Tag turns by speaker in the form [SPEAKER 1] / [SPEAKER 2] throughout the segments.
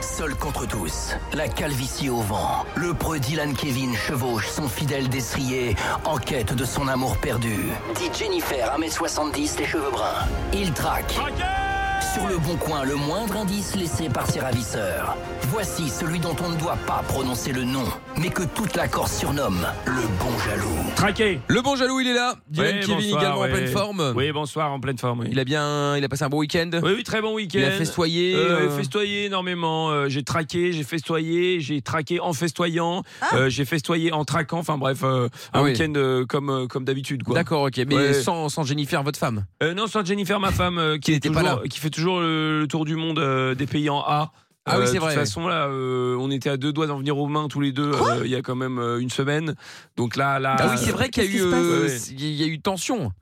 [SPEAKER 1] Seul contre tous, la calvitie au vent, le preux Dylan Kevin chevauche son fidèle destrier en quête de son amour perdu. Dit Jennifer, 1m70, les cheveux bruns. Il traque. Sur le bon coin, le moindre indice laissé par ses ravisseurs. Voici celui dont on ne doit pas prononcer le nom, mais que toute la Corse surnomme le bon jaloux.
[SPEAKER 2] Traqué
[SPEAKER 3] Le bon jaloux, il est là. Dylan
[SPEAKER 2] Ouais,
[SPEAKER 3] Kevin
[SPEAKER 2] bonsoir,
[SPEAKER 3] également
[SPEAKER 2] ouais.
[SPEAKER 3] en pleine forme.
[SPEAKER 2] Oui, bonsoir, en pleine forme. oui.
[SPEAKER 3] Il a bien, il a passé un bon week-end.
[SPEAKER 2] Oui, oui, très bon week-end.
[SPEAKER 3] Il a festoyé.
[SPEAKER 2] Euh,
[SPEAKER 3] euh,
[SPEAKER 2] festoyé énormément. Euh, j'ai traqué, j'ai festoyé, j'ai traqué en festoyant, euh, j'ai festoyé en traquant. Enfin bref, euh, un
[SPEAKER 3] Ah oui.
[SPEAKER 2] week-end euh, comme, euh, comme d'habitude. quoi.
[SPEAKER 3] D'accord, ok. Mais
[SPEAKER 2] Ouais.
[SPEAKER 3] sans, sans Jennifer, votre femme.
[SPEAKER 2] Euh, non, sans Jennifer, ma femme, euh, qui,
[SPEAKER 3] Qui
[SPEAKER 2] est
[SPEAKER 3] n'était
[SPEAKER 2] toujours,
[SPEAKER 3] pas
[SPEAKER 2] qui fait toujours le, le tour du monde euh, des pays en A.
[SPEAKER 3] Ah oui, c'est vrai,
[SPEAKER 2] De
[SPEAKER 3] oui.
[SPEAKER 2] toute façon, là, euh, on était à deux doigts d'en venir aux mains tous les deux euh, il y a quand même euh, une semaine. Donc là, là,
[SPEAKER 3] Ah oui, c'est vrai qu'il y a eu,
[SPEAKER 4] qu'est-ce qui se
[SPEAKER 3] euh,
[SPEAKER 4] passe
[SPEAKER 2] Ouais.
[SPEAKER 3] il y a eu tension.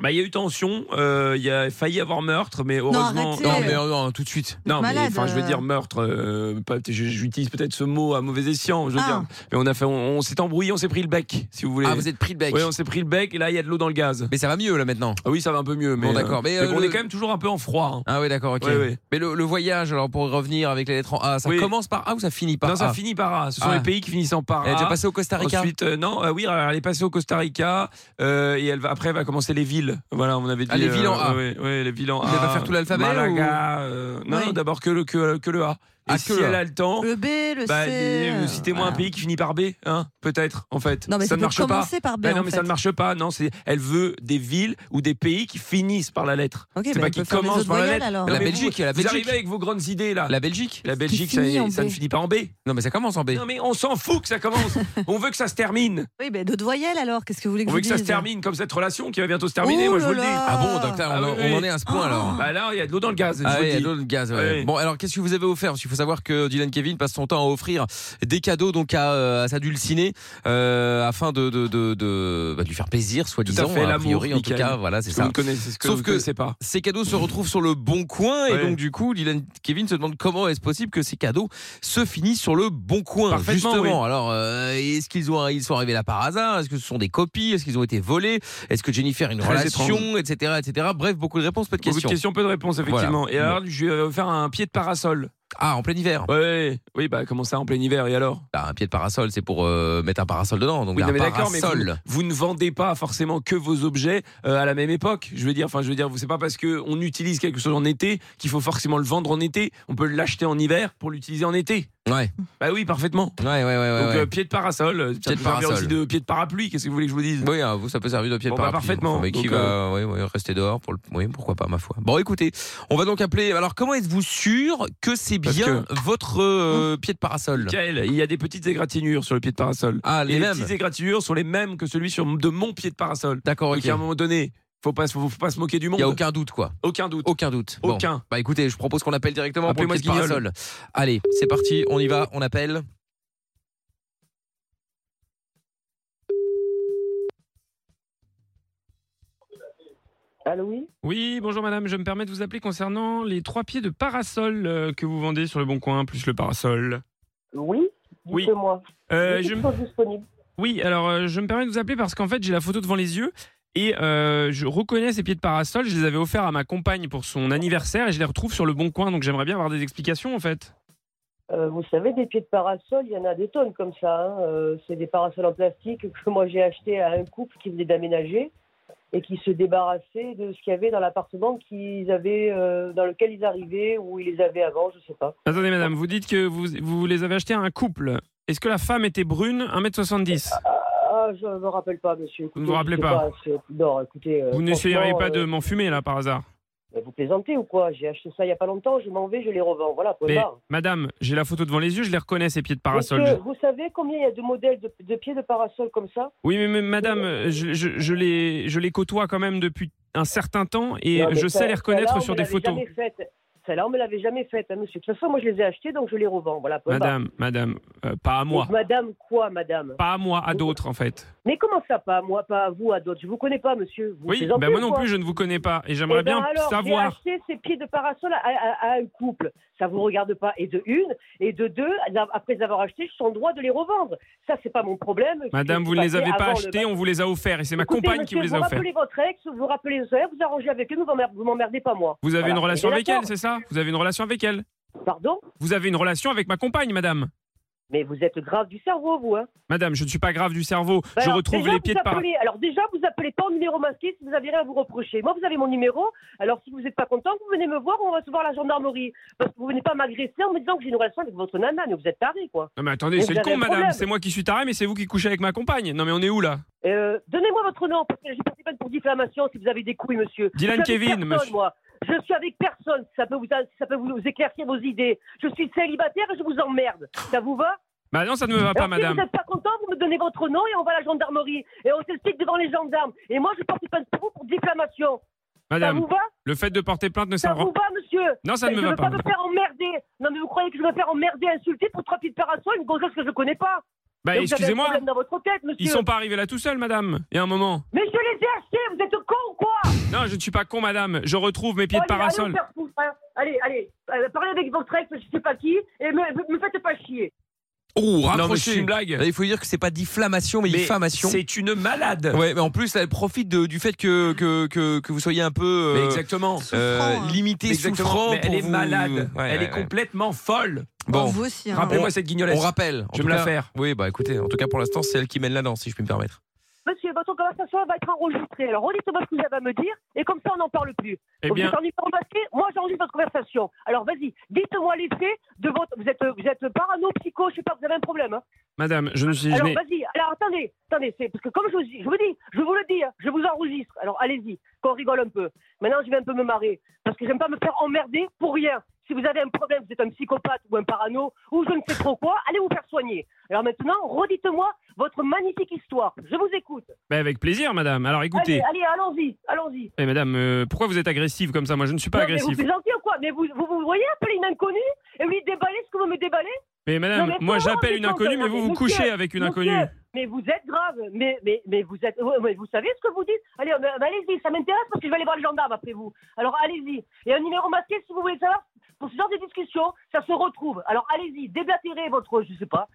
[SPEAKER 2] bah, il y a eu tension, euh, il y a failli avoir meurtre, mais heureusement.
[SPEAKER 4] arrêtez.
[SPEAKER 3] Non,
[SPEAKER 4] Ouais.
[SPEAKER 3] mais euh, non, tout de suite.
[SPEAKER 2] Non, mais
[SPEAKER 4] Malade,
[SPEAKER 2] enfin, je veux
[SPEAKER 4] euh.
[SPEAKER 2] dire meurtre. euh, pas- je- J'utilise peut-être ce mot à mauvais escient. Je veux
[SPEAKER 4] Ah.
[SPEAKER 2] dire. Mais on a fait, on, on s'est embrouillé, on s'est pris le bec, si vous voulez.
[SPEAKER 3] Ah, vous êtes pris de bec.
[SPEAKER 2] Oui, on s'est pris le bec et là, il y a de l'eau dans le gaz.
[SPEAKER 3] Mais ça va mieux là maintenant.
[SPEAKER 2] Ah oui, ça va un peu mieux, mais.
[SPEAKER 3] Bon, d'accord,
[SPEAKER 2] euh,
[SPEAKER 3] mais,
[SPEAKER 2] mais,
[SPEAKER 3] euh,
[SPEAKER 2] bon, on
[SPEAKER 3] le-
[SPEAKER 2] est quand même toujours un peu en froid. hein.
[SPEAKER 3] Ah oui, d'accord, ok.
[SPEAKER 2] Ouais, ouais.
[SPEAKER 3] Mais le, le voyage, alors pour revenir avec les lettres en A, ça
[SPEAKER 2] Oui.
[SPEAKER 3] commence par A ou ça finit par
[SPEAKER 2] non, ça
[SPEAKER 3] A
[SPEAKER 2] finit par A. Ce sont
[SPEAKER 3] Ah.
[SPEAKER 2] les pays qui finissent en par
[SPEAKER 3] Elle est
[SPEAKER 2] A.
[SPEAKER 3] déjà passée au Costa Rica.
[SPEAKER 2] Ensuite, euh, non, euh, oui, alors, elle est passée au Costa Rica euh, et elle va, après, elle va commencer les villes. Voilà, on avait dit.
[SPEAKER 3] Ah, les villes en A.
[SPEAKER 2] Oui, les villes en A.
[SPEAKER 3] Elle va faire tout l'alphabet,
[SPEAKER 2] Malaga. euh, non,
[SPEAKER 4] Ouais.
[SPEAKER 2] non, d'abord que le, que, que le A.
[SPEAKER 3] Ah,
[SPEAKER 2] et
[SPEAKER 3] que
[SPEAKER 2] si
[SPEAKER 3] le ah. A.
[SPEAKER 2] elle a le temps,
[SPEAKER 4] Le B, le
[SPEAKER 2] bah,
[SPEAKER 4] C.
[SPEAKER 2] euh,
[SPEAKER 4] euh,
[SPEAKER 2] citez-moi un
[SPEAKER 4] voilà.
[SPEAKER 2] pays qui finit par B, hein, peut-être, en fait.
[SPEAKER 4] Non, mais
[SPEAKER 2] ça ne marche pas.
[SPEAKER 4] commencer par B.
[SPEAKER 2] Bah
[SPEAKER 4] en
[SPEAKER 2] non, mais
[SPEAKER 4] fait.
[SPEAKER 2] ça ne marche pas. Non, c'est elle veut des villes ou des pays qui finissent par la lettre.
[SPEAKER 4] Ok,
[SPEAKER 2] c'est
[SPEAKER 4] bah,
[SPEAKER 2] pas
[SPEAKER 4] on
[SPEAKER 2] qui
[SPEAKER 4] peut faire les
[SPEAKER 2] commencent
[SPEAKER 4] autres
[SPEAKER 2] par la
[SPEAKER 4] voyelles,
[SPEAKER 2] lettre.
[SPEAKER 4] alors.
[SPEAKER 2] Non,
[SPEAKER 3] La
[SPEAKER 2] mais
[SPEAKER 3] Belgique,
[SPEAKER 2] vous,
[SPEAKER 3] la
[SPEAKER 2] vous arrivez
[SPEAKER 3] Belgique.
[SPEAKER 2] avec vos grandes idées là.
[SPEAKER 3] La Belgique
[SPEAKER 2] La Belgique, ça,
[SPEAKER 4] finit en
[SPEAKER 2] ça ne
[SPEAKER 4] B.
[SPEAKER 2] finit pas en B.
[SPEAKER 3] Non, mais ça commence en B.
[SPEAKER 2] Non mais on s'en fout que ça commence. on veut que ça se termine.
[SPEAKER 4] Oui, mais d'autres voyelles alors. Qu'est-ce que vous voulez que
[SPEAKER 2] On
[SPEAKER 4] je vous
[SPEAKER 2] veut que ça se
[SPEAKER 4] dise
[SPEAKER 2] termine comme cette relation qui va bientôt se terminer.
[SPEAKER 4] Oh
[SPEAKER 2] moi je
[SPEAKER 4] là
[SPEAKER 2] vous le dis.
[SPEAKER 4] là.
[SPEAKER 3] Ah bon, donc là, on,
[SPEAKER 2] Ah
[SPEAKER 3] en-
[SPEAKER 2] oui,
[SPEAKER 3] on en
[SPEAKER 2] oui.
[SPEAKER 3] est à ce point alors.
[SPEAKER 2] Bah là, il y a de l'eau dans le gaz. je vous
[SPEAKER 3] Ah
[SPEAKER 2] le
[SPEAKER 3] oui, il y a
[SPEAKER 2] dis.
[SPEAKER 3] de l'eau, le gaz. ouais.
[SPEAKER 2] Oui.
[SPEAKER 3] Bon, alors qu'est-ce que vous avez offert Parce qu'il faut savoir que Dylan Kevin passe son temps à offrir des cadeaux donc à, euh, à sa dulcinée euh, afin de, de, de, de- bah, de lui faire plaisir, soi-disant. hein,
[SPEAKER 2] fait,
[SPEAKER 3] a
[SPEAKER 2] l'amour,
[SPEAKER 3] priori, en tout
[SPEAKER 2] Mickaël.
[SPEAKER 3] cas, voilà, c'est
[SPEAKER 2] Ce que
[SPEAKER 3] ça.
[SPEAKER 2] vous ne connaissez, ce que
[SPEAKER 3] Sauf
[SPEAKER 2] vous ne
[SPEAKER 3] que-
[SPEAKER 2] connaissez pas.
[SPEAKER 3] Ces cadeaux se retrouvent sur le bon coin et
[SPEAKER 2] Ouais.
[SPEAKER 3] donc du coup, Dylan Kevin se demande comment est-ce possible que ces cadeaux se finissent sur le bon coin.
[SPEAKER 2] Parfaitement,
[SPEAKER 3] Justement, alors euh, est-ce qu'ils ont ils sont arrivés là par hasard Est-ce que ce sont des copies Est-ce qu'ils ont été volés Est-ce que Jennifer a une
[SPEAKER 2] Très
[SPEAKER 3] relation, etc., etc. Bref, beaucoup de réponses, pas de
[SPEAKER 2] Beaucoup de
[SPEAKER 3] questions.
[SPEAKER 2] questions, peu de réponses effectivement.
[SPEAKER 3] Voilà.
[SPEAKER 2] Et alors, je vais euh, faire un pied de parasol.
[SPEAKER 3] Ah, en plein hiver.
[SPEAKER 2] Ouais, oui, bah comment ça en plein hiver et alors
[SPEAKER 3] Bah, un pied de parasol, c'est pour euh, mettre un parasol dedans. Donc
[SPEAKER 2] Oui,
[SPEAKER 3] un
[SPEAKER 2] non, mais d'accord, mais
[SPEAKER 3] parasol.
[SPEAKER 2] vous, vous ne vendez pas forcément que vos objets euh, à la même époque. Je veux dire, enfin, je veux dire, vous- c'est pas parce que on utilise quelque chose en été qu'il faut forcément le vendre en été. On peut l'acheter en hiver pour l'utiliser en été.
[SPEAKER 3] Ouais,
[SPEAKER 2] Bah oui, parfaitement.
[SPEAKER 3] ouais, ouais, ouais. ouais,
[SPEAKER 2] Donc
[SPEAKER 3] ouais.
[SPEAKER 2] euh, pied de parasol, euh, ça
[SPEAKER 3] Pied de
[SPEAKER 2] peut servir
[SPEAKER 3] parasol.
[SPEAKER 2] aussi de pied de parapluie. Qu'est-ce que vous voulez que je vous dise
[SPEAKER 3] Oui, hein, vous, ça peut servir de pied
[SPEAKER 2] Bon,
[SPEAKER 3] de
[SPEAKER 2] bah,
[SPEAKER 3] parapluie.
[SPEAKER 2] parfaitement.
[SPEAKER 3] Mais qui
[SPEAKER 2] Donc, euh,
[SPEAKER 3] va oui, oui, rester dehors pour le... Oui, pourquoi pas, ma foi. Bon, écoutez, on va donc appeler. Alors, comment êtes-vous sûr que c'est
[SPEAKER 2] Parce
[SPEAKER 3] bien votre euh, pied de parasol
[SPEAKER 2] Michael, il y a des petites égratignures sur le pied de parasol.
[SPEAKER 3] Ah, les
[SPEAKER 2] Et les
[SPEAKER 3] mêmes
[SPEAKER 2] petites égratignures sont les mêmes que celui sur, de mon pied de parasol.
[SPEAKER 3] D'accord, ok.
[SPEAKER 2] Donc à un moment donné, faut pas, se- faut, pas se moquer du
[SPEAKER 3] Il
[SPEAKER 2] monde.
[SPEAKER 3] n'y a aucun doute, quoi.
[SPEAKER 2] Aucun doute.
[SPEAKER 3] Aucun doute. Bon.
[SPEAKER 2] Aucun.
[SPEAKER 3] Bah écoutez, je propose qu'on appelle directement
[SPEAKER 2] Appelez-moi
[SPEAKER 3] pour le pied
[SPEAKER 2] ce
[SPEAKER 3] de
[SPEAKER 2] guignol.
[SPEAKER 3] parasol. Allez, c'est parti, on y va, on appelle.
[SPEAKER 5] Allô, oui
[SPEAKER 6] Oui, bonjour madame, je me permets de vous appeler concernant les trois pieds de parasol euh, que vous vendez sur le Bon Coin, plus le parasol.
[SPEAKER 5] Oui
[SPEAKER 6] Oui.
[SPEAKER 5] Dites-moi.
[SPEAKER 6] Euh,
[SPEAKER 5] je
[SPEAKER 6] je me-
[SPEAKER 5] suis disponible.
[SPEAKER 6] Oui, alors euh, je me permets de vous appeler parce qu'en fait j'ai la photo devant les yeux et euh, je reconnais ces pieds de parasol, je les avais offerts à ma compagne pour son anniversaire et je les retrouve sur le Bon Coin, donc j'aimerais bien avoir des explications en fait.
[SPEAKER 5] Euh, vous savez, des pieds de parasol, il y en a des tonnes comme ça. hein. Euh, c'est des parasols en plastique que moi j'ai acheté à un couple qui venait d'aménager et qui se débarrassait de ce qu'il y avait dans l'appartement qu'ils avaient, euh, dans lequel ils arrivaient ou ils les avaient avant, je sais pas.
[SPEAKER 6] Attendez madame, vous dites que vous, vous les avez achetés à un couple. Est-ce que la femme était brune, 1m70
[SPEAKER 5] Ah, je me rappelle pas, monsieur.
[SPEAKER 6] Vous ne vous rappelez
[SPEAKER 5] je sais
[SPEAKER 6] pas
[SPEAKER 5] c'est- Non, écoutez. euh,
[SPEAKER 6] Vous n'essayeriez
[SPEAKER 5] franchement,
[SPEAKER 6] pas de
[SPEAKER 5] euh,
[SPEAKER 6] m'enfumer là par hasard
[SPEAKER 5] Vous plaisantez ou quoi J'ai acheté ça il y a pas longtemps, je m'en vais, je les revends. Voilà, point
[SPEAKER 6] Mais
[SPEAKER 5] barre.
[SPEAKER 6] madame, j'ai la photo devant les yeux, je les reconnais ces pieds de parasol.
[SPEAKER 5] Monsieur, vous savez combien il y a de modèles de, de pieds de parasol comme ça
[SPEAKER 6] Oui, mais, mais madame, je, je- je les, je les côtoie quand même depuis un certain temps et
[SPEAKER 5] Non, mais
[SPEAKER 6] je sais
[SPEAKER 5] ça-
[SPEAKER 6] les reconnaître
[SPEAKER 5] celle-là, on
[SPEAKER 6] sur
[SPEAKER 5] me
[SPEAKER 6] des
[SPEAKER 5] l'avait
[SPEAKER 6] photos.
[SPEAKER 5] jamais faite. Celle-là, on me l'avait jamais faite, hein, monsieur. De toute façon, moi, je les ai achetés, donc je les revends. Voilà, point barre.
[SPEAKER 6] Madame, madame, euh, pas à moi.
[SPEAKER 5] Donc, madame quoi, madame
[SPEAKER 6] Pas à moi, à d'autres en fait.
[SPEAKER 5] Mais comment ça, pas à moi, pas à vous, à d'autres Je vous connais pas, monsieur. Vous
[SPEAKER 6] Oui,
[SPEAKER 5] plaisantez
[SPEAKER 6] ben moi
[SPEAKER 5] ou
[SPEAKER 6] non
[SPEAKER 5] quoi
[SPEAKER 6] plus, je ne vous connais pas et
[SPEAKER 5] Eh
[SPEAKER 6] j'aimerais
[SPEAKER 5] ben
[SPEAKER 6] bien
[SPEAKER 5] alors,
[SPEAKER 6] savoir.
[SPEAKER 5] J'ai acheté ces pieds de parasol à, à- à un couple. Ça vous regarde pas. Et de une, et de deux, après les avoir achetés, je suis en droit de les revendre. Ça, c'est pas mon problème.
[SPEAKER 6] Madame,
[SPEAKER 5] C'est
[SPEAKER 6] vous ne les
[SPEAKER 5] passé
[SPEAKER 6] avez pas
[SPEAKER 5] avant le
[SPEAKER 6] achetés, on vous les a offerts et c'est ma
[SPEAKER 5] Écoutez,
[SPEAKER 6] compagne qui vous
[SPEAKER 5] monsieur,
[SPEAKER 6] les a offerts.
[SPEAKER 5] Vous rappelez votre ex, vous rappelez les vous arrangez avec eux, vous m'emmerdez- vous m'emmerdez pas moi.
[SPEAKER 6] Vous avez
[SPEAKER 5] Voilà.
[SPEAKER 6] une relation
[SPEAKER 5] Et
[SPEAKER 6] avec
[SPEAKER 5] d'accord.
[SPEAKER 6] elle, c'est ça Vous avez une relation avec elle
[SPEAKER 5] Pardon
[SPEAKER 6] Vous avez une relation avec ma compagne, madame.
[SPEAKER 5] Mais vous êtes grave du cerveau, vous. Hein
[SPEAKER 6] Madame, je ne suis pas grave du cerveau.
[SPEAKER 5] Bah
[SPEAKER 6] je
[SPEAKER 5] alors,
[SPEAKER 6] retrouve
[SPEAKER 5] déjà,
[SPEAKER 6] les
[SPEAKER 5] vous
[SPEAKER 6] pieds de par.
[SPEAKER 5] appelez- Alors déjà, vous appelez pas en numéro masqué si vous avez rien à vous reprocher. Moi, vous avez mon numéro. Alors si vous n'êtes pas content, vous venez me voir, on va se voir à la gendarmerie. Parce que vous venez pas m'agresser en me disant que j'ai une relation avec votre nana. Mais vous êtes taré, quoi.
[SPEAKER 6] Non, mais attendez,
[SPEAKER 5] Mais
[SPEAKER 6] c'est
[SPEAKER 5] vous
[SPEAKER 6] le
[SPEAKER 5] avez
[SPEAKER 6] con,
[SPEAKER 5] un
[SPEAKER 6] madame.
[SPEAKER 5] problème.
[SPEAKER 6] C'est moi qui suis taré, mais c'est vous qui couchez avec ma compagne. Non, mais on est où là
[SPEAKER 5] Euh, Donnez-moi votre nom, parce que j'ai passé peine pour diffamation si vous avez des couilles, monsieur.
[SPEAKER 6] Dylan
[SPEAKER 5] Je suis avec
[SPEAKER 6] Kevin,
[SPEAKER 5] personne,
[SPEAKER 6] monsieur.
[SPEAKER 5] Moi. Je suis avec personne, ça peut, vous, ça peut vous éclaircir vos idées. Je suis célibataire et je vous emmerde. Ça vous va
[SPEAKER 6] Bah non, ça ne me va pas,
[SPEAKER 5] Alors, Si vous
[SPEAKER 6] madame.
[SPEAKER 5] n'êtes pas content, vous me donnez votre nom et on va à la gendarmerie. Et on s'explique devant les gendarmes. Et moi, je porte plainte pour vous pour diffamation. Ça
[SPEAKER 6] Madame,
[SPEAKER 5] vous va
[SPEAKER 6] le fait de porter plainte ne
[SPEAKER 5] Ça
[SPEAKER 6] sert.
[SPEAKER 5] vous va, monsieur
[SPEAKER 6] Non, ça ne
[SPEAKER 5] je
[SPEAKER 6] me
[SPEAKER 5] veux
[SPEAKER 6] va
[SPEAKER 5] pas
[SPEAKER 6] pas.
[SPEAKER 5] me
[SPEAKER 6] madame.
[SPEAKER 5] faire emmerder. Non, mais vous croyez que je vais me faire emmerder, insulter pour trois petites parasols, une gonzesse que je connais pas Mais
[SPEAKER 6] Bah
[SPEAKER 5] vous avez un
[SPEAKER 6] excusez-moi,
[SPEAKER 5] problème dans votre tête, monsieur.
[SPEAKER 6] ils sont pas arrivés là tout seuls, madame. Il y a un moment.
[SPEAKER 5] Mais je les ai achetés, vous êtes con ou quoi Oh,
[SPEAKER 6] Non, je ne suis pas con, madame. Je retrouve mes pieds de
[SPEAKER 5] Allez,
[SPEAKER 6] parasol.
[SPEAKER 5] Allez, vous faire foutre, hein. allez, allez, euh, parlez avec votre ex, je sais pas qui, et me, me faites pas chier.
[SPEAKER 3] Oh,
[SPEAKER 2] Non, mais c'est
[SPEAKER 3] raccroché.
[SPEAKER 2] une blague.
[SPEAKER 3] Là, Il faut dire que c'est pas difflamation, mais,
[SPEAKER 2] Euh, Mais
[SPEAKER 3] diffamation.
[SPEAKER 2] C'est une malade.
[SPEAKER 3] Ouais, mais en plus, elle profite de- du fait que, que, que, que vous soyez un peu.
[SPEAKER 2] Mais
[SPEAKER 3] euh,
[SPEAKER 2] exactement.
[SPEAKER 3] euh,
[SPEAKER 4] Souffrant, hein.
[SPEAKER 3] limité,
[SPEAKER 2] Exactement.
[SPEAKER 3] souffrant.
[SPEAKER 2] Mais elle
[SPEAKER 3] pour
[SPEAKER 2] est
[SPEAKER 3] vous-
[SPEAKER 2] malade.
[SPEAKER 3] Ouais,
[SPEAKER 2] elle
[SPEAKER 3] ouais,
[SPEAKER 2] est
[SPEAKER 3] ouais.
[SPEAKER 2] complète folle.
[SPEAKER 4] Oh,
[SPEAKER 3] Bon,
[SPEAKER 4] vous aussi. hein.
[SPEAKER 2] Rappelez-moi
[SPEAKER 3] on-
[SPEAKER 2] cette
[SPEAKER 3] on
[SPEAKER 2] guignolesse.
[SPEAKER 3] rappelle. En
[SPEAKER 2] Je
[SPEAKER 3] tout
[SPEAKER 2] me la
[SPEAKER 3] cas-
[SPEAKER 2] faire.
[SPEAKER 3] Oui, bah écoutez, en tout cas pour l'instant, c'est elle qui mène la danse, si je puis me permettre.
[SPEAKER 5] Monsieur, votre conversation va être enregistrée. Alors, redites-moi ce que vous avez à me dire, et comme ça, on n'en parle plus.
[SPEAKER 6] Eh
[SPEAKER 5] vous
[SPEAKER 6] bien,
[SPEAKER 5] êtes en uniforme masqué, moi, j'enregistre votre conversation. Alors, vas-y, dites-moi les faits de votre. Vous êtes, vous êtes parano, psycho, je sais pas, vous avez un problème. hein.
[SPEAKER 6] madame, je ne suis. je
[SPEAKER 5] Alors,
[SPEAKER 6] n'ai-
[SPEAKER 5] vas-y, alors attendez, attendez, c'est parce que comme je vous, dis- je vous dis, je vous le dis, hein, je vous enregistre. Alors, allez-y, qu'on rigole un peu. Maintenant, je vais un peu me marrer, parce que j'aime pas me faire emmerder pour rien. Si vous avez un problème, vous êtes un psychopathe ou un parano, ou je ne sais trop quoi, allez vous faire soigner. Alors maintenant, redites-moi votre magnifique histoire. Je vous écoute.
[SPEAKER 6] Bah, avec plaisir, madame. Alors écoutez.
[SPEAKER 5] Allez, allez, allons-y, allons-y.
[SPEAKER 6] Eh madame, euh, pourquoi vous êtes agressive comme ça Moi, je ne suis pas
[SPEAKER 5] Non, mais vous
[SPEAKER 6] agressif.
[SPEAKER 5] plaisantez ou quoi Mais vous, vous, vous voyez appeler une inconnue et vous lui déballez ce que vous me déballez
[SPEAKER 6] Mais madame,
[SPEAKER 5] Non, mais
[SPEAKER 6] moi,
[SPEAKER 5] comment
[SPEAKER 6] j'appelle
[SPEAKER 5] vous
[SPEAKER 6] une inconnue, mais
[SPEAKER 5] plaisantez
[SPEAKER 6] vous vous
[SPEAKER 5] Monsieur,
[SPEAKER 6] couchez avec une
[SPEAKER 5] Monsieur,
[SPEAKER 6] inconnue.
[SPEAKER 5] Mais vous êtes grave, mais, mais, mais vous êtes. ouais, mais vous savez ce que vous dites Allez, euh, bah, allez-y, ça m'intéresse parce que je vais aller voir le gendarme après vous. Alors allez-y. Et un numéro masqué si vous voulez savoir, pour ce genre de discussion, ça se retrouve. Alors allez-y, déblatérez votre. Je sais pas.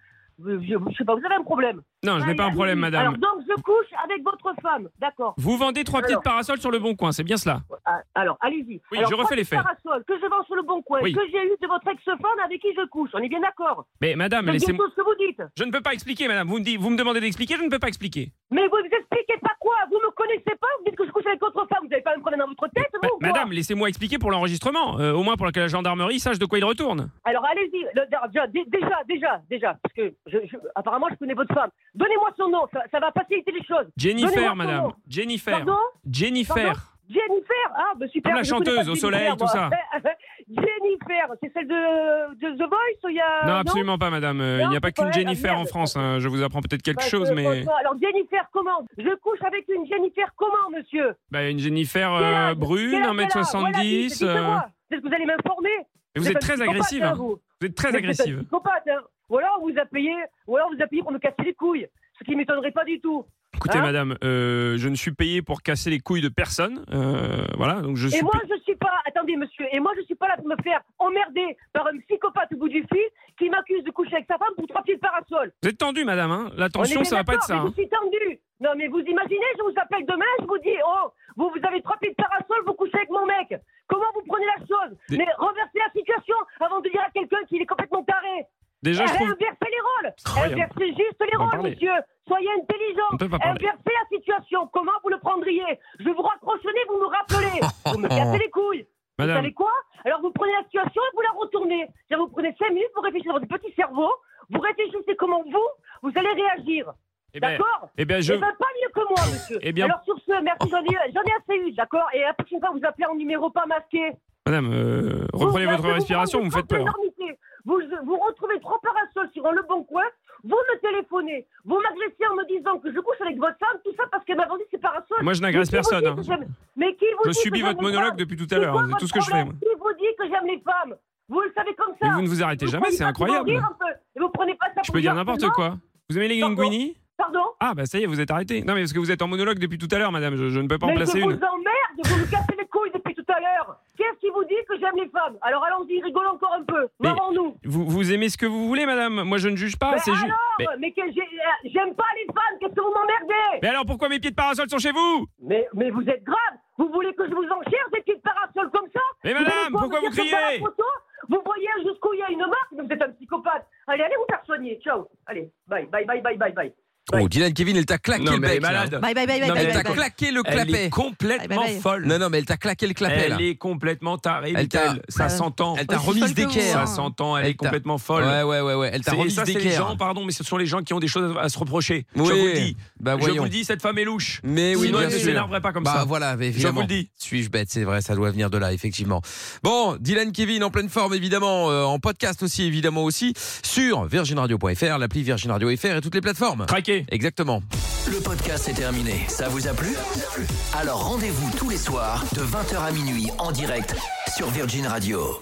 [SPEAKER 5] euh, Je, je sais pas, vous avez un problème.
[SPEAKER 6] Non, je n'ai pas un
[SPEAKER 5] Allez,
[SPEAKER 6] problème,
[SPEAKER 5] allez-y.
[SPEAKER 6] madame.
[SPEAKER 5] Alors donc je couche avec votre femme, d'accord.
[SPEAKER 6] Vous vendez trois petites
[SPEAKER 5] Alors.
[SPEAKER 6] parasols sur le bon coin, c'est bien cela
[SPEAKER 5] Ah, Alors, allez-y.
[SPEAKER 6] Oui,
[SPEAKER 5] Alors,
[SPEAKER 6] je refais
[SPEAKER 5] trois
[SPEAKER 6] les
[SPEAKER 5] petits
[SPEAKER 6] faits.
[SPEAKER 5] parasols que je vends sur le bon coin,
[SPEAKER 6] Oui.
[SPEAKER 5] que j'ai eu de votre ex-femme avec qui je couche. On est bien d'accord.
[SPEAKER 6] Mais madame,
[SPEAKER 5] C'est bien
[SPEAKER 6] laissez-moi.
[SPEAKER 5] tout ce que vous dites.
[SPEAKER 6] Je ne peux pas expliquer, madame. Vous me, dites- vous me demandez d'expliquer, je ne peux pas expliquer.
[SPEAKER 5] Mais vous vous expliquez pas quoi Vous me connaissez pas Vous dites que je couche avec votre femme. Vous avez pas un problème dans votre tête, vous
[SPEAKER 6] Ma-
[SPEAKER 5] ou quoi
[SPEAKER 6] madame, laissez-moi expliquer pour l'enregistrement. euh, au moins pour que la gendarmerie sache de quoi il retourne.
[SPEAKER 5] Alors, allez-y. Le- Déjà, dé- déjà, déjà, déjà. Parce que je- je- apparemment, je connais votre femme. Donnez-moi son nom. Ça, ça va faciliter les choses. Donnez-moi
[SPEAKER 6] Jennifer,
[SPEAKER 5] son
[SPEAKER 6] madame.
[SPEAKER 5] nom.
[SPEAKER 6] Jennifer.
[SPEAKER 5] Pardon Pardon
[SPEAKER 6] Jennifer.
[SPEAKER 5] Jennifer Ah, bah super.
[SPEAKER 6] Comme la
[SPEAKER 5] je connais
[SPEAKER 6] chanteuse
[SPEAKER 5] pas
[SPEAKER 6] au
[SPEAKER 5] Jennifer,
[SPEAKER 6] soleil, tout
[SPEAKER 5] moi.
[SPEAKER 6] ça.
[SPEAKER 5] Jennifer, c'est celle de, de The Voice ou il y a.
[SPEAKER 6] Non, absolument pas, madame. Euh, Il n'y a
[SPEAKER 5] Non,
[SPEAKER 6] pas
[SPEAKER 5] c'est
[SPEAKER 6] qu'une
[SPEAKER 5] pas elle. Ah,
[SPEAKER 6] Jennifer en
[SPEAKER 5] merde. Bah,
[SPEAKER 6] France. hein. Je vous apprends peut-être quelque
[SPEAKER 5] Parce
[SPEAKER 6] chose,
[SPEAKER 5] que,
[SPEAKER 6] mais.
[SPEAKER 5] franchement, Alors, Jennifer, comment Je couche avec une Jennifer, comment, monsieur
[SPEAKER 6] Bah, une Jennifer
[SPEAKER 5] Quel
[SPEAKER 6] euh,
[SPEAKER 5] âge
[SPEAKER 6] brune,
[SPEAKER 5] Quel âge elle a
[SPEAKER 6] 1m70.
[SPEAKER 5] Voilà, dites-
[SPEAKER 6] euh,
[SPEAKER 5] dites-moi. Peut-être que vous allez m'informer.
[SPEAKER 6] et vous êtes très agressive. hein.
[SPEAKER 5] Vous
[SPEAKER 6] Vous êtes très
[SPEAKER 5] Mais vous êtes un
[SPEAKER 6] agressive.
[SPEAKER 5] psychopathe, hein. Ou alors on vous a payé, ou alors on vous a payé pour me casser les couilles. Ce qui m'étonnerait pas du tout.
[SPEAKER 6] Écoutez,
[SPEAKER 5] Hein
[SPEAKER 6] madame, euh, je ne suis payé pour casser les couilles de personne. Euh, voilà, donc je suis.
[SPEAKER 5] Et moi,
[SPEAKER 6] payé-
[SPEAKER 5] je suis pas. Attendez, monsieur. Et moi, je suis pas là pour me faire emmerder par un psychopathe au bout du fil qui m'accuse de coucher avec sa femme pour trois pieds de parasol.
[SPEAKER 6] Vous êtes tendu, madame. Hein L'attention,
[SPEAKER 5] On est
[SPEAKER 6] ça va pas
[SPEAKER 5] bien
[SPEAKER 6] être ça.
[SPEAKER 5] d'accord, mais
[SPEAKER 6] hein.
[SPEAKER 5] Je suis tendu. Non, mais vous imaginez, je vous appelle demain, je vous dis, oh, vous, vous avez trois pieds de parasol, vous couchez avec mon mec. Comment vous prenez la chose
[SPEAKER 6] Des-
[SPEAKER 5] Mais reversez la situation avant de dire à quelqu'un qu'il est complètement taré.
[SPEAKER 6] Déjà,
[SPEAKER 5] Eh,
[SPEAKER 6] je trouve.
[SPEAKER 5] Inversez les rôles.
[SPEAKER 6] Incroyable.
[SPEAKER 5] Inversez juste les
[SPEAKER 6] On peut
[SPEAKER 5] rôles,
[SPEAKER 6] parler.
[SPEAKER 5] monsieur. Soyez intelligent.
[SPEAKER 6] On peut pas parler.
[SPEAKER 5] Inversez la situation. Comment vous le prendriez Je vous raccrochonnais, vous me rappelez. vous me cassez les couilles. Vous
[SPEAKER 6] Madame,
[SPEAKER 5] savez quoi Alors vous prenez la situation et vous la retournez. C'est-à-dire, vous prenez 5 minutes pour réfléchir dans votre petit cerveau. Vous réfléchissez comment vous, vous allez réagir.
[SPEAKER 6] eh bien,
[SPEAKER 5] D'accord
[SPEAKER 6] eh bien,
[SPEAKER 5] je...
[SPEAKER 6] je.
[SPEAKER 5] Eh ben, pas mieux que moi, monsieur.
[SPEAKER 6] Eh bien-
[SPEAKER 5] Alors sur ce, merci, j'en ai, j'en ai assez eu, d'accord Et la prochaine fois, vous appelez en numéro pas masqué.
[SPEAKER 6] Madame, euh, reprenez
[SPEAKER 5] Vous,
[SPEAKER 6] votre
[SPEAKER 5] vous
[SPEAKER 6] respiration, vous me
[SPEAKER 5] rendez
[SPEAKER 6] faites
[SPEAKER 5] compte de
[SPEAKER 6] peur.
[SPEAKER 5] l'énormité. Vous, vous retrouvez trois parasols sur le bon coin, vous me téléphonez, vous m'agressez en me disant que je couche avec votre femme, tout ça parce qu'elle m'a vendu ses parasols.
[SPEAKER 6] Moi, je
[SPEAKER 5] Mais
[SPEAKER 6] n'agresse
[SPEAKER 5] qui vous dit
[SPEAKER 6] personne.
[SPEAKER 5] que
[SPEAKER 6] hein.
[SPEAKER 5] j'aime- Mais qui vous
[SPEAKER 6] Je
[SPEAKER 5] dit que
[SPEAKER 6] subis
[SPEAKER 5] j'aime
[SPEAKER 6] votre
[SPEAKER 5] les
[SPEAKER 6] monologue
[SPEAKER 5] femmes
[SPEAKER 6] depuis tout
[SPEAKER 5] C'est
[SPEAKER 6] à l'heure. hein.
[SPEAKER 5] quoi
[SPEAKER 6] C'est
[SPEAKER 5] votre
[SPEAKER 6] tout ce que je fais.
[SPEAKER 5] problème
[SPEAKER 6] moi.
[SPEAKER 5] Qui vous dit que j'aime les femmes Vous le savez comme ça.
[SPEAKER 6] Mais vous ne vous arrêtez
[SPEAKER 5] Vous
[SPEAKER 6] jamais,
[SPEAKER 5] prenez
[SPEAKER 6] c'est
[SPEAKER 5] pas pour en
[SPEAKER 6] incroyable.
[SPEAKER 5] rire un peu, et vous prenez pas ça
[SPEAKER 6] Je
[SPEAKER 5] pour
[SPEAKER 6] peux dire
[SPEAKER 5] que
[SPEAKER 6] n'importe
[SPEAKER 5] non.
[SPEAKER 6] quoi. Vous aimez les
[SPEAKER 5] Pardon.
[SPEAKER 6] linguini
[SPEAKER 5] Pardon
[SPEAKER 6] Ah, bah ça y est, vous êtes arrêté. Non, mais parce que vous êtes en monologue depuis tout à l'heure, madame. Je, je ne peux pas en
[SPEAKER 5] Mais je
[SPEAKER 6] placer
[SPEAKER 5] vous
[SPEAKER 6] une.
[SPEAKER 5] emmerde, vous me cassez les couilles depuis tout à l'heure. Qu'est-ce qui vous dit que j'aime les femmes Alors allons-y, rigolons encore un peu.
[SPEAKER 6] Mais-
[SPEAKER 5] Marrons-nous.
[SPEAKER 6] Vous, vous aimez ce que vous voulez, madame. Moi, je ne juge pas.
[SPEAKER 5] Mais
[SPEAKER 6] C'est juste. Mais,
[SPEAKER 5] Mais que j'ai- euh, j'aime pas les femmes, qu'est-ce que vous m'emmerdez
[SPEAKER 6] mais alors, pourquoi mes pieds de parasol sont chez vous
[SPEAKER 5] mais, mais vous êtes grave Vous voulez que je vous en cherche des petites parasols comme ça
[SPEAKER 6] Mais
[SPEAKER 5] Vous allez
[SPEAKER 6] madame,
[SPEAKER 5] quoi,
[SPEAKER 6] pourquoi
[SPEAKER 5] me
[SPEAKER 6] vous
[SPEAKER 5] dire que par la
[SPEAKER 6] criez
[SPEAKER 5] photo, Vous voyez jusqu'où il y a une marque mais Vous êtes un psychopathe. Allez, allez vous faire soigner. Ciao. Allez, bye, bye, bye, bye, bye, bye.
[SPEAKER 3] Oh, Dylan Kevin, elle t'a claqué
[SPEAKER 2] Non,
[SPEAKER 3] le
[SPEAKER 2] mais elle est
[SPEAKER 3] bec. là.
[SPEAKER 2] malade.
[SPEAKER 4] Bye bye bye bye
[SPEAKER 2] Non,
[SPEAKER 4] bye.
[SPEAKER 3] Elle t'a
[SPEAKER 4] bye, bye.
[SPEAKER 3] claqué le
[SPEAKER 2] Elle
[SPEAKER 3] clapet.
[SPEAKER 2] est complètement
[SPEAKER 4] Bye bye.
[SPEAKER 2] folle.
[SPEAKER 3] Non, non, mais elle t'a claqué le clapet.
[SPEAKER 2] Elle
[SPEAKER 3] là.
[SPEAKER 2] est complètement tarée,
[SPEAKER 3] Elle t'a-
[SPEAKER 2] Mickaël. Ça
[SPEAKER 4] Ouais.
[SPEAKER 2] s'entend.
[SPEAKER 3] Elle t'a
[SPEAKER 4] Aussi
[SPEAKER 3] remise
[SPEAKER 4] folle que vous,
[SPEAKER 3] d'équerre.
[SPEAKER 2] Ça
[SPEAKER 4] hein.
[SPEAKER 2] s'entend. Elle
[SPEAKER 3] Elle
[SPEAKER 2] est
[SPEAKER 3] t'a-
[SPEAKER 2] complètement folle.
[SPEAKER 3] Ouais, ouais, ouais, ouais. Elle t'a
[SPEAKER 2] C'est-
[SPEAKER 3] remise
[SPEAKER 2] ça, c'est les gens,
[SPEAKER 3] d'équerre.
[SPEAKER 2] pardon, mais ce sont les gens qui ont des choses à, à se reprocher. Je
[SPEAKER 3] Oui.
[SPEAKER 2] vous le dis.
[SPEAKER 3] Bah
[SPEAKER 2] je vous
[SPEAKER 3] voyons.
[SPEAKER 2] le dis, cette femme est louche.
[SPEAKER 3] Mais oui,
[SPEAKER 2] Sinon,
[SPEAKER 3] bien
[SPEAKER 2] elle ne
[SPEAKER 3] sûr.
[SPEAKER 2] s'énerverait pas comme
[SPEAKER 3] Bah
[SPEAKER 2] ça.
[SPEAKER 3] voilà, mais
[SPEAKER 2] je vous
[SPEAKER 3] évidemment.
[SPEAKER 2] le dis.
[SPEAKER 3] Suis-je bête, c'est vrai, ça doit venir de là, effectivement. Bon, Dylan Kevin en pleine forme, évidemment, euh, en podcast aussi, évidemment aussi, sur virginradio.fr, l'appli Virgin Radio FR et toutes les plateformes.
[SPEAKER 2] Traqué.
[SPEAKER 3] Exactement.
[SPEAKER 1] Le podcast est terminé. Ça vous a plu Alors rendez-vous tous les soirs de 20h à minuit en direct sur Virgin Radio.